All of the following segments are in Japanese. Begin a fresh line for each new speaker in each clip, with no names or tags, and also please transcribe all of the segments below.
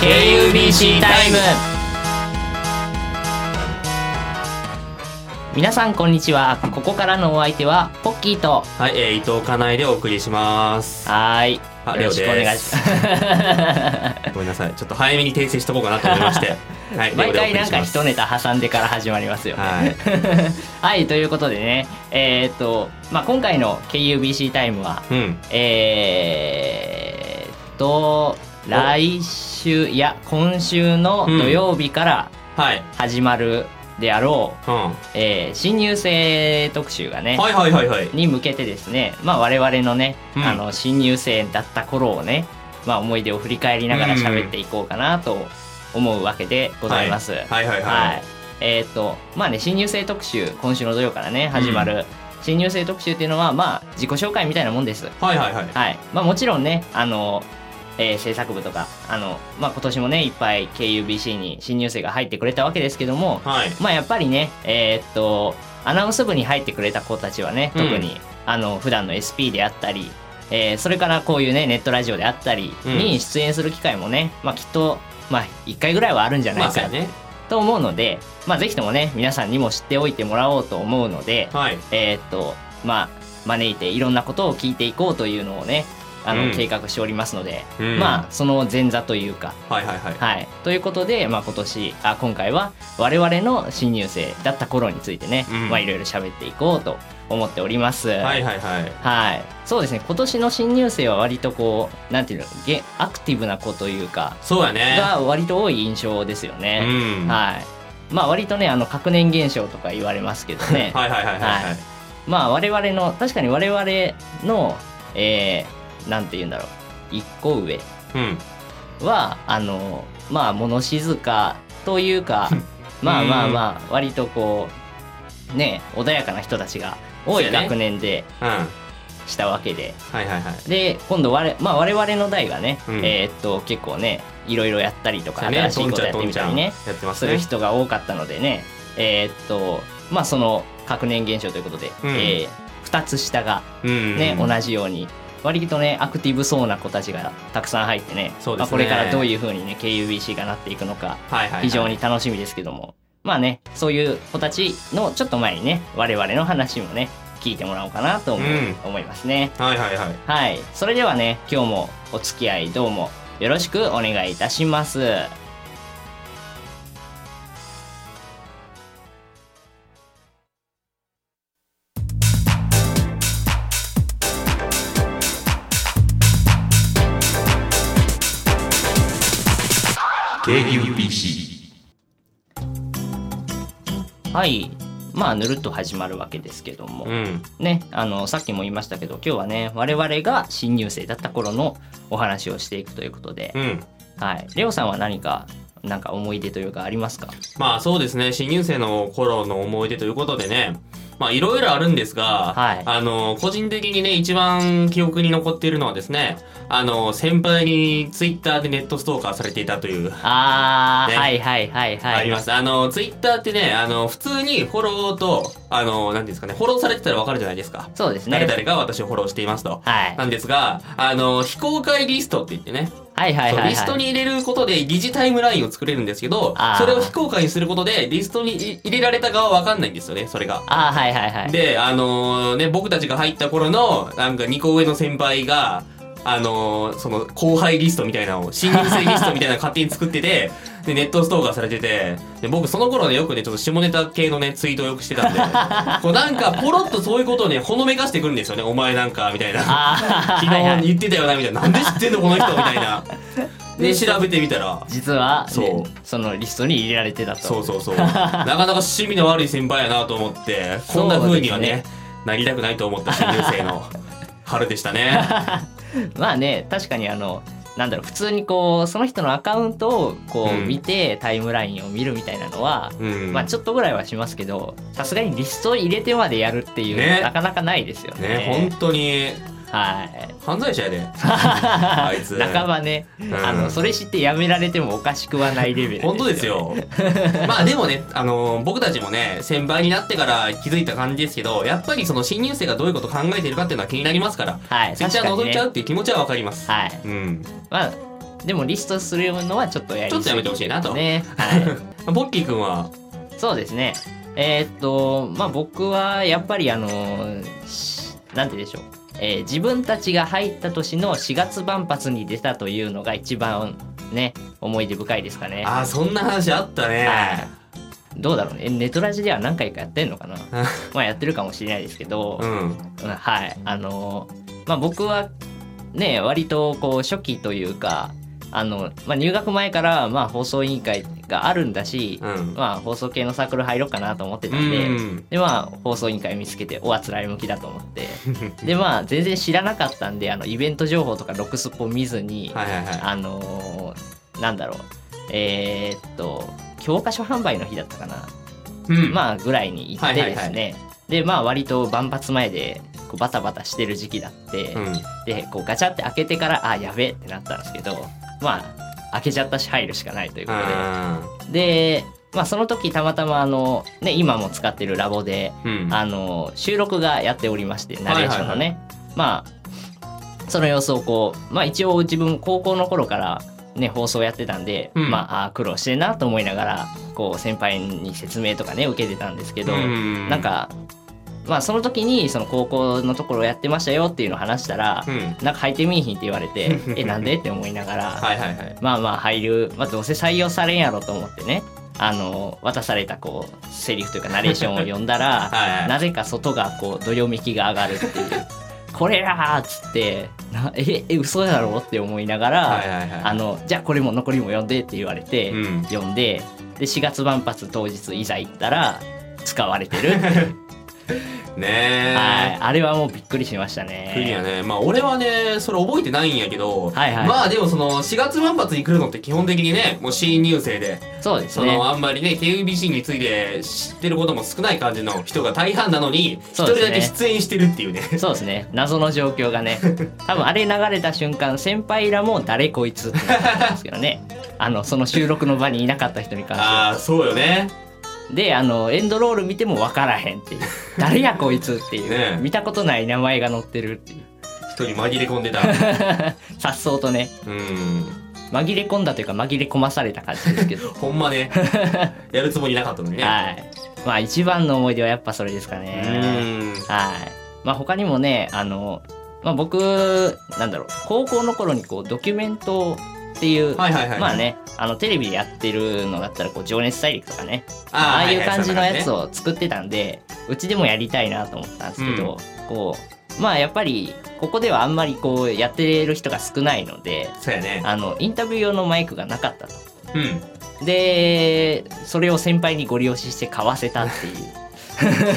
KUBC タイム皆さんこんにちはここからのお相手はポッキーと
はい、えー、伊藤かなえでお送りします。
はーい
あ
よろしくお願いします
ごめんなさい、ちょっと早めに訂正しとこうかなと思いま して。はい、
毎回
レオでお送り
なん
し
か
ます
一ネタ挟んでから始まりますよね
はい
はいということでねえーっと、まあ、今回の KUBC タイムは
うん、
えーっと来週いや今週の土曜日から
はい、
始まるであろう、
うん、
えー新入生特集がね、
はいはいはいはい。
に向けてですね、まあ、我々のね、
うん
あの新入生だった頃をね、まあ、思い出を振り返りながら喋っていこうかなと思うわけでございます。
はいはいはい
は
はい
い。えーっとまあね新入生特集今週の土曜からね始まる、新入生特集っていうのはまあ自己紹介みたいなもんです。
はいはいはい。
はいまあ、もちろんねあの、えー制作部とかあの、まあ、今年もねいっぱい KUBC に新入生が入ってくれたわけですけども、
はい。
まあ、やっぱりねえーっとアナウンス部に入ってくれた子たちはね
うん
特に、あの普段の SP であったり、えーそれからこういうねネットラジオであったり
う
に
ん
出演する機会もね、まあ、きっと、まあ、1回ぐらいはあるんじゃな
ま
い
あ、そう
か
やね。
と思うので、まあ、ぜひともね皆さんにも知っておいてもらおうと思うので、
はい。
えーっとまあ招いていろんなことを聞いていこうというのをねあの、
うん
計画しておりますので、
うん
まあその前座というか
はいはいはい。
はいということで、まあ、今年あ今回は我々の新入生だった頃についてね、
うん
まあいろいろ喋っていこうと思っております。
はいはいはい。
はいそうですね今年の新入生は割とこうなんていうのげアクティブな子というか
そうやね。
が割と多い印象ですよ
う
ね。
ん。は
はいまあ割とねあの隔年現象とか言われますけどね
い はいはいはいは。
はいまあ我々の確かに我々の、えー、なんて言うんだろう一個上
うん。
はあのまあ物静かというかまあまあまあ割とこうね穏やかな人たちが多
そ
いう
やね
学年で
うん。はい
したわけで、
はいはい。
で今度我,、まあ、我々の代がね、
うん
えーっと結構ねいろいろやったりとか、
そうや
新
ね、
し
と
い
ん
こ
ち
と
ゃん
やっ
と
て
ん
み
ち
た
ゃ
り
ん。や
ね
ってますす
る
ね。
人が多かったのでねえーっとまあその学年現象ということで、
うん
え2つ下が
うん。
ね、同じように割とねアクティブそうな子たちがたくさん入ってね
そうですね
まあ、これからどういうふうにね KUBC がなっていくのか
はいはいはい。
非常に。楽しみですけども、まあねそういう子たちのちょっと前にね我々の話もね聞いてもらおうかなと思,、う
う
思いますね
はいはいはい。
はいそれではね今日もお付き合いどうもよろしくお願いいたしますはいまあぬるっと始まるわけですけども、
うん。
ね、あのさっきも言いましたけど今日はね我々が新入生だった頃のお話をしていくということで、
うん。
はい、レオさんは何かなんか思い出というかありますか
まあそうですね、新入生の頃の思い出ということでね、まあいろいろあるんですが、
はい
あの、個人的にね、一番記憶に残っているのはですね、あの、先輩にツイッターでネットストーカーされていたという、
あー、
ね
はいはいはいはい
あります。あの、ツイッターってね、あの、普通にフォローと、あの、何ですかね、フォローされてたらわかるじゃないですか。
そうですね
誰々が私をフォローしていますと。
はい
なんですが、あの、非公開リストって言ってね、
はいはいはいはい
リストに入れることで疑似タイムラインを作れるんですけど
あー、
それを非公開にすることで、リストにい入れられた側はわかんないんですよね、それが。
あーはいはいはい
で、あのーね、僕たちが入った頃の、なんか2個上の先輩が、あのーその後輩リストみたいなのを、新入生リストみたいなの勝手に作っ てて、で、ネットストーカーされてて、で、僕その頃ね、よくね、ちょっと下ネタ系のね、ツイートをよくしてたんで、こうなんかポロッとそういうことをね、ほのめかしてくるんですよね、お前なんか、みたいな。
あー
昨
はいは
日
い
言ってたよなみたいななんで知ってんのこの人みたい なで調べてみたら
実は、ね、
そう
そのリストに入れられてたと
そうそう そうなかなか趣味の悪い先輩やなと思ってこんな風にはね
そうで
なりたくないと思った新入生 の春でしたね
まあね確かにあのなんだろう普通にこうその人のアカウントをこう
うん
見て、タイムラインを見るみたいなのは、
うん
まあちょっとぐらいはしますけどさすがにリストを入れてまでやるっていう、
ね
なかなかないですよね
ね本当に
はい
犯罪者 やであいつ
半ばね、
ん
あのそれ知ってやめられてもおかしくはないレベル
本当ですよまあでもね、あの僕たちもね先輩になってから気づいた感じですけどやっぱりその新入生がどういうこと考えてるかっていうのは気になりますから
はい
ツイッター
確かにね
覗いちゃうっていう気持ちはわかります、
はい
うん
まあでもリストするのはちょっとやり
ちょっとやめてほしいなと。
ねはい
ポッキーくんは、
そうですねえーっとまあ僕はやっぱりあのしなんて言うんでしょう、えー自分たちが入った年の4月万発に出たというのが一番ね思い出深いですかね
あーそんな話あったね。
はどうだろうねえネトラジでは何回かやってんのか なまあやってるかもしれないですけど、
うん。
うんはいあのまあ僕はね割とこう初期というかあの、まあ、入学前からまあ放送委員会があるんだし、
うん。
まあ放送系のサークル入ろうかなと思ってた
うん
で、
ん。
でまあ放送委員会見つけておあつらい向きだと思って でまあ全然知らなかったんであのイベント情報とかロックスポ見ずに、
はいはいはい。
あのーなんだろうえーっと教科書販売の日だったかな
うん。あ、
まあぐらいに行って
はい
で
はいは
す
い
ね、でまあ割と万発前でこうバタバタしてる時期だって、
うん。
でこうガチャって開けてからあやべえってなったんですけどまあ開けちゃったし入るしかないということ
あ
でで、まあ、その時たまたまあの、ね、今も使ってるラボで、
ーうん。
あの収録がやっておりましてナレーションのね、
は
まあその様子をこうまあ一応自分高校の頃からね放送やってたんで、
うん
まああー苦労してんなと思いながらこう先輩に説明とかね受けてたんですけど、
うん
なん、かまあその時にその高校のところやってましたよっていうのを話したら、
うん。
なんか履いてみいひんって言われ てえなんでって思いながら、
はいはいはい。
まあまあ入る、まあ、どうせ採用されんやろと思ってねあの渡されたこうセリフというかナレーションを読んだら
はいはい
なぜか外がこうどよめきが上がるっていうこれだーっつってなええ嘘だろって思いながら、
はいはいはい。
あのじゃあこれも残りも読んでって言われて、
うん
読んでで4月万発当日いざ行ったら使われてるっ ていう
ねえ。
はいあれはもうびっくりしましたね。
クリアね。まあ俺はね、それ覚えてないんやけど、
はいはい
まあでもその4月万発に来るのって基本的にね、もう新入生で、
そうです
そ
ね
のあんまりね、KBC について知ってることも少ない感じの人が大半なのに、
そ
一
う
人
ですね
だけ出演してるっていうね。
そうですね謎の状況が ね多分あれ流れた瞬間先輩らも「誰こいつ」ってなったんですけどねあのその収録の場にいなかった人に関しては
ああ、そうよね。
であのエンドロール見ても分からへん っていう「誰やこいつ」っていう、
ねえ
見たことない名前が載ってるっていう
人に紛れ込ん でた。
さっそうとね
うん。
紛れ込んだというか紛れ込まされた感じですけど
ほん まね。やるつもりなかった のにね。
はいまあ一番の思い出はやっぱそれですか
う
ねは
ん。
いまあ他にもねあの、まあ、僕なんだろう高校の頃にこうドキュメントっていう、
はいはいはい。
まあねあのテレビでやってるのだったらこう「情熱大陸」とかね
あー、
ああ
は
いう
は
感じのやつ
そん
を作ってたんでうちでもやりたいなと思ったんですけど、こうまあやっぱりここではあんまりこうやってる人が少ないので
な感じねそうやね。
あのインタビュー用のマイクがなかったと。
うん。
でそれを先輩にご利用しして買わせたっていう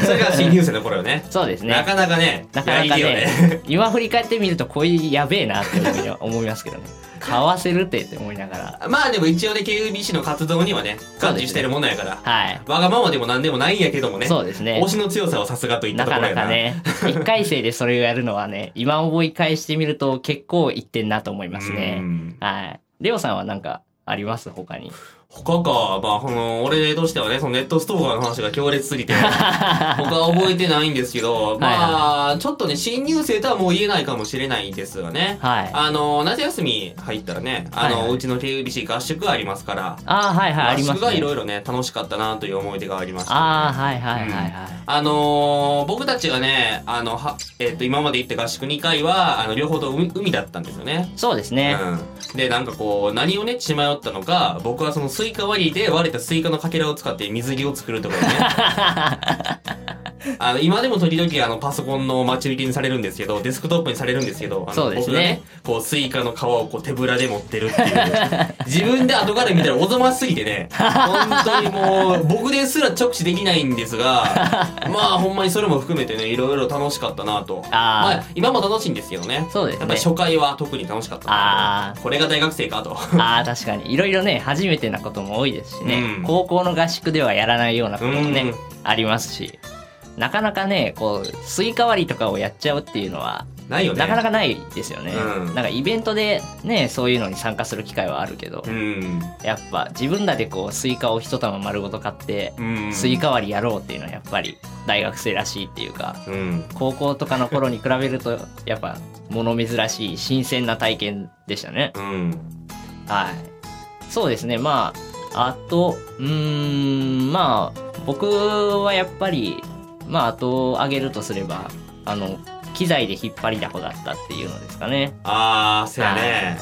それが新入生の頃よね。
そうです
な
ね
かなかね、
なかな
や
か
り手よ
ね 今振り返ってみるとこいやべえなって思い思いますけどね買わせるってって思いながら
まあでも一応ね、KUBC の活動にはね、感知してるものやから。
はい
わがままでも何でもないんやけどもね。
そうですね
推しの強さはさすがといっ
な
たとこ
か
ろ
な
やな。
かね、1回生でそれをやるのはね、今思い返してみると結構いってんなと思います
う
ね。
ん
はい。レオさんはなんかあります他に。
他か、まあ、この、俺としてはね、そのネットストーカーの話が強烈 すぎて、僕は覚えてないんですけど、まあ、ちょっとね、新入生とはもう言えないかもしれないんですがね。
はい。あ
あの、夏休み入ったらね、あの、
はいはいう
ちの KUBC 合宿がありますから、
あー、はいはい、あり
合
ま
宿が
す
い
ね。
ろいろね、楽しかったなという思い出がありました。
ああ、はいはいはいはい。
あのー僕たちがね、あの、は、えっ、と、今まで行った合宿2回は、あの、両方とも海海だったんですよね。
そうですね。
うん。で、なんかこう、何をね、血迷ったのか、僕はそのスイカ割りで割れたスイカのかけらを使って水着を作 るとかね。あの、今でも時々、あの、パソコンの待ち受けにされるんですけど、デスクトップにされるんですけど、あの
そうですね。
僕がこう、スイカの皮をこう、手ぶらで持ってるっていう。 自分で後から見たらおぞますぎてね、本当にもう、僕ですら直視できないんです が、まあ、ほんまにそれも含めてね、いろいろ楽しかったなと。ま
あ
あ、今も楽しいんですけどね。
そうですね
やっぱり初回は特に楽しかったな
あ
これが大学生かと。
あ、ああ、確かに。いろいろね、初めてなことも多いですしね
う。ん
高校の合宿ではやらないようなことも
う
ね
ん、
ありますし。なかなかね、こう、スイカ割りとかをやっちゃうっていうのは、
ないよね。
なかなかないですよね、
うん
なんかイベントでねそういうのに参加する機会はあるけど、
うん。
やっぱ自分らでこうスイカを一玉丸ごと買って、
うん。
スイ。カ割りやろうっていうのはやっぱり大学生らしいっていうか
うん。
高校とかの頃に比べるとやっぱ物珍しい新鮮な体験でしたね
うん。
はい。そうですね。まあ、あと、うーん、まあ、僕はやっぱり、まあ、あと上げるとすれば、あの、機材で引っ張りだこだったっていうのですかね。
ああ、そうやね。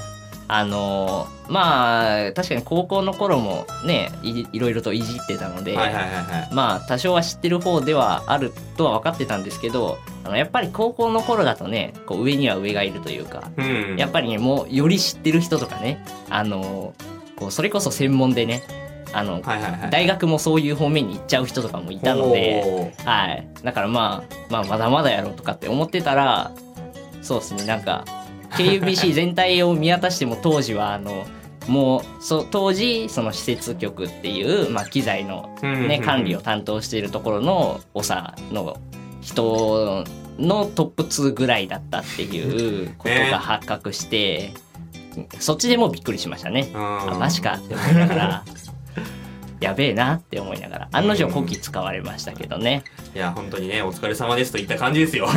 あの、まあ、確かに高校の頃もね、いいろいろといじってたので、
はいはいはいはい。
まあ多少は知ってる方ではあるとは分かってたんですけどあのやっぱり高校の頃だとねこう上には上がいるというか
うん。
やっぱりねもうより知ってる人とかねあのこうそれこそ専門でねあの、
はいはいはい。
大学もそういう方面に行っちゃう人とかもいたので、
おー
はい、だから、まあ、まあまだまだやろうとかって思ってたらそうですねなんか KUBC 全体を見渡しても当時はあのもうそ当時その施設局っていう、まあ、機材の
うん
ね、管理
を。
を担当しているところの長の人のトップ2ぐらいだったっていうことが発覚して、そっちでもびっくりしましたね。あ
あ
マジ。かって思いながらやべえなって思いながら案の定こき使われましたけどね。
いや、本当にね、お疲れ様ですといった感じですよ。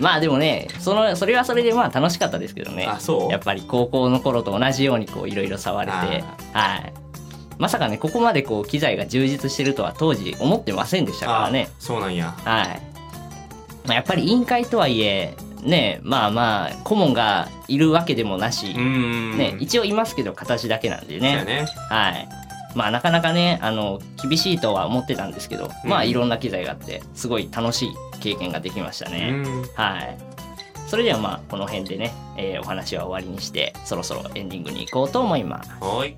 まあでもねそのそれはそれでまあ楽しかったですけどね
あ、そう
やっぱり高校の頃と同じようにこういろいろ触れて
あー
はいまさかねここまでこう機材が充実してるとは当時思ってませんでしたからね
あそうなんや。
はい、まあ、やっぱり委員会とはいえねまあまあ顧問がいるわけでもなし
う、ん。
ね、一応いますけど形だけなんで
そう
ね
やね。
はいまあなかなかねあの厳しいとは思ってたんですけど、まあ
うん
いろんな機材があってすごい楽しい経験ができました
う
ね、
ん。
はい。それではまあこの辺でね、えーお話は終わりにしてそろそろエンディングに行こうと思います。
はーい。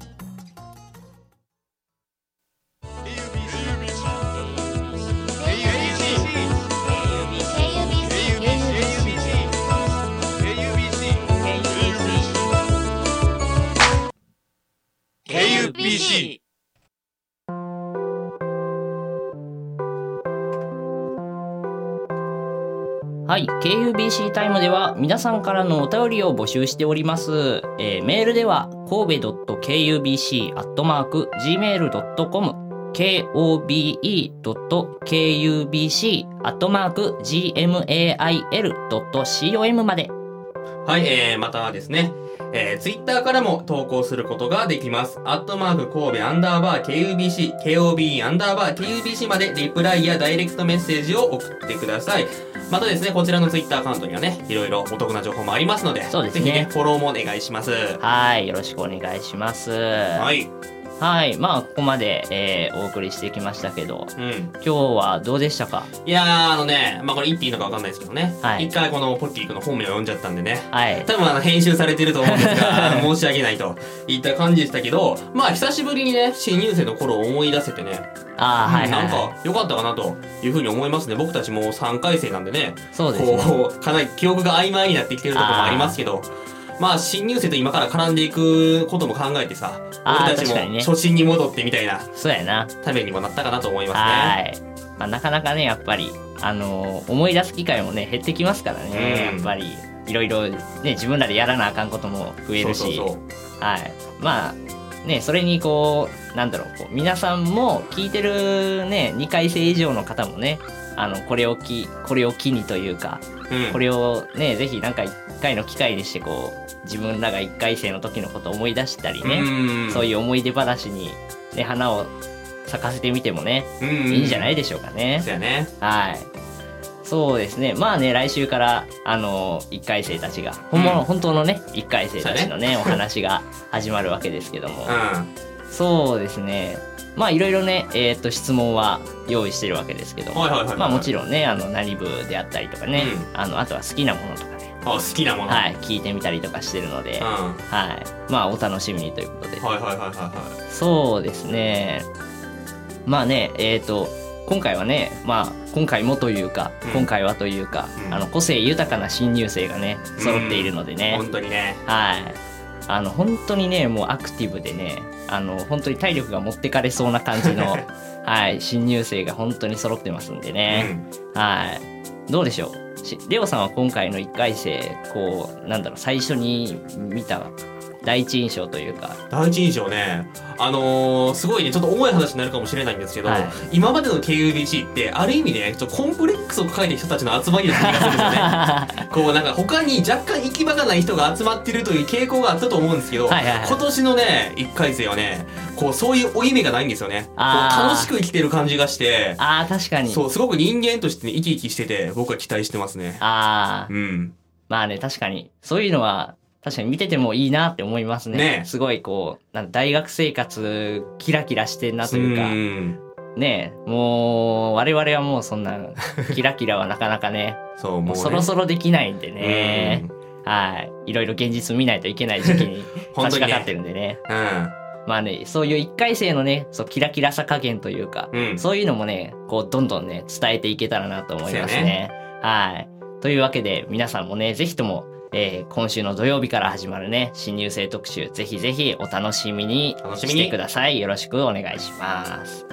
KUBC
はい、KUBC タイムでは皆さんからのお便りを募集しております。えーメールでは神戸 .kubc.gmail.com kobe.kubc.gmail.com まで。
はい、えー、またはですね、えー、ツイッターからも投稿することができます。アットマーク神戸アンダーバー KUBC、KOB アンダーバー KUBC までリプライやダイレクトメッセージを送ってください。またですね、こちらのツイッターアカウントにはね、いろいろお得な情報もありますので、
そうです
ぜ
ね
ひね、フォローもお願いします。は
はい、よろしくお願いします。はい。
い。
まあ、ここまで、えーお送りしてきましたけど、
うん。
今日はどうでしたか
いやー、あのね、まあ、これ言っていいのかわかんないですけどね、
はい
一回このポッキー君の本名を読んじゃったんでね、
はい。
多分あの編集されてると思うんです が、申し訳ないといった感じでしたけど、まあ久しぶりにね、新入生の頃を思い出せてね、
ああ、はい、はい。
なんか良かったかなというふうに思いますね。僕たちもう3回生なんでね、
そうですね。
こう、かなり記憶が曖昧になってきてるところもありますけど、まあ新入生と今から絡んでいくことも考えてさ、
あー
俺たち
確かに
も
ね
初心に戻ってみたいな
そうやな。
ためにもなったかなと思いますね。
はい。まあ、なかなかね、やっぱり、あのー思い出す機会もね、減ってきますからね、
うん
やっぱり、いろいろ、ね、自分らでやらなあかんことも増え
そう
る
そう
し、
そう。
はい。まあ、ね、それにこう、なんだろう、こう皆さんも聞いてるね、2回生以上の方もね、あの、これをき、これを機にというか、
うん。
これをね、ぜひなんか1回の機会にして、こう、自分らが1回生の時のことを思い出したりね、
うん、
そういう思い出話に、ね、花を咲かせてみてもね、
うん
いいんじゃないいでしょうかね
そ。うやね。
はい。そうですね。まあね、来週から、あの、1回生たちが、本物、
うん
本当のね、1回生たちのね、お話が始まるわけですけども
う、ん。
そうですね。まあ、いろいろね、えっと、質問は用意してるわけですけども、
はいはいはいはい
まあ、もちろんね、あの、何部であったりとかね、
う
あの、あとは好きなものとかね、
あ好きなもの。
はい、聞いてみたりとかしてるので
うん。、はい
はい。まあ、お楽しみにということで。
はいはいはいはい。
そうですね。まあね、えっ、と、今回はね、まあ、今回もというか、
うん
今回はというか、
うん
あの、個性豊かな新入生がね、揃っているのでね、
本当にね。
はい。あの、本当にね、もうアクティブでね、あの、本当に体力が持ってかれそうな感じ の、はい、新入生が本当に揃ってますんでね、はい。どうでしょうしレオさんは今回の1回生、こう、なんだろう、最初に見た第一印象というか
第一印象ね、あのーすごいね、ちょっと重い話になるかもしれないんですけど、
はい
今までの KUBC って、ある意味ね、ちょっとコンプレックスを抱えてる人たちの集まりだった気がするんですよね。 こうなんか他に若干行き場がない人が集まってるという傾向があったと思うんですけど、
はいはいはい
今年のね1回生はねこうそういう負い目がないんですよねこう
あー
楽しく生きてる感じがして
あー確かに
そうすごく人間としてね生き生きしてて僕は期待してますね
ああ
うん
まあね確かにそういうのは確かに見ててもいいなって思いますね
ね
すごいこうなんか大学生活キラキラしてんなというか
ん
ねえもう我々はもうそんなキラキラはなかなかね
そうも
も
う、
う
ね、
そろそろできないんで
ろ
ねはいいろいろ現実見ないといけない時期に差
本当
し
にね
掛かってるんでね
うん
まあねそういう一回生のねそうキラキラさ加減というか、
うん
そういうのもねこうどんどんね伝えていけたらなと思います
そうや
ねはいというわけで皆さんもねぜひとも、えー今週の土曜日から始まるね新入生特集ぜひぜひお楽しみに
楽しみ
し
に
てくださいよろしくお願いします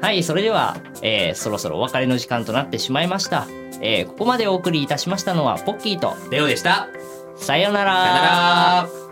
はいそれでは、えーそろそろお別れの時間となってしまいました、えーここまでお送りいたしましたのはポッキーと
レオでした
さような
さよなら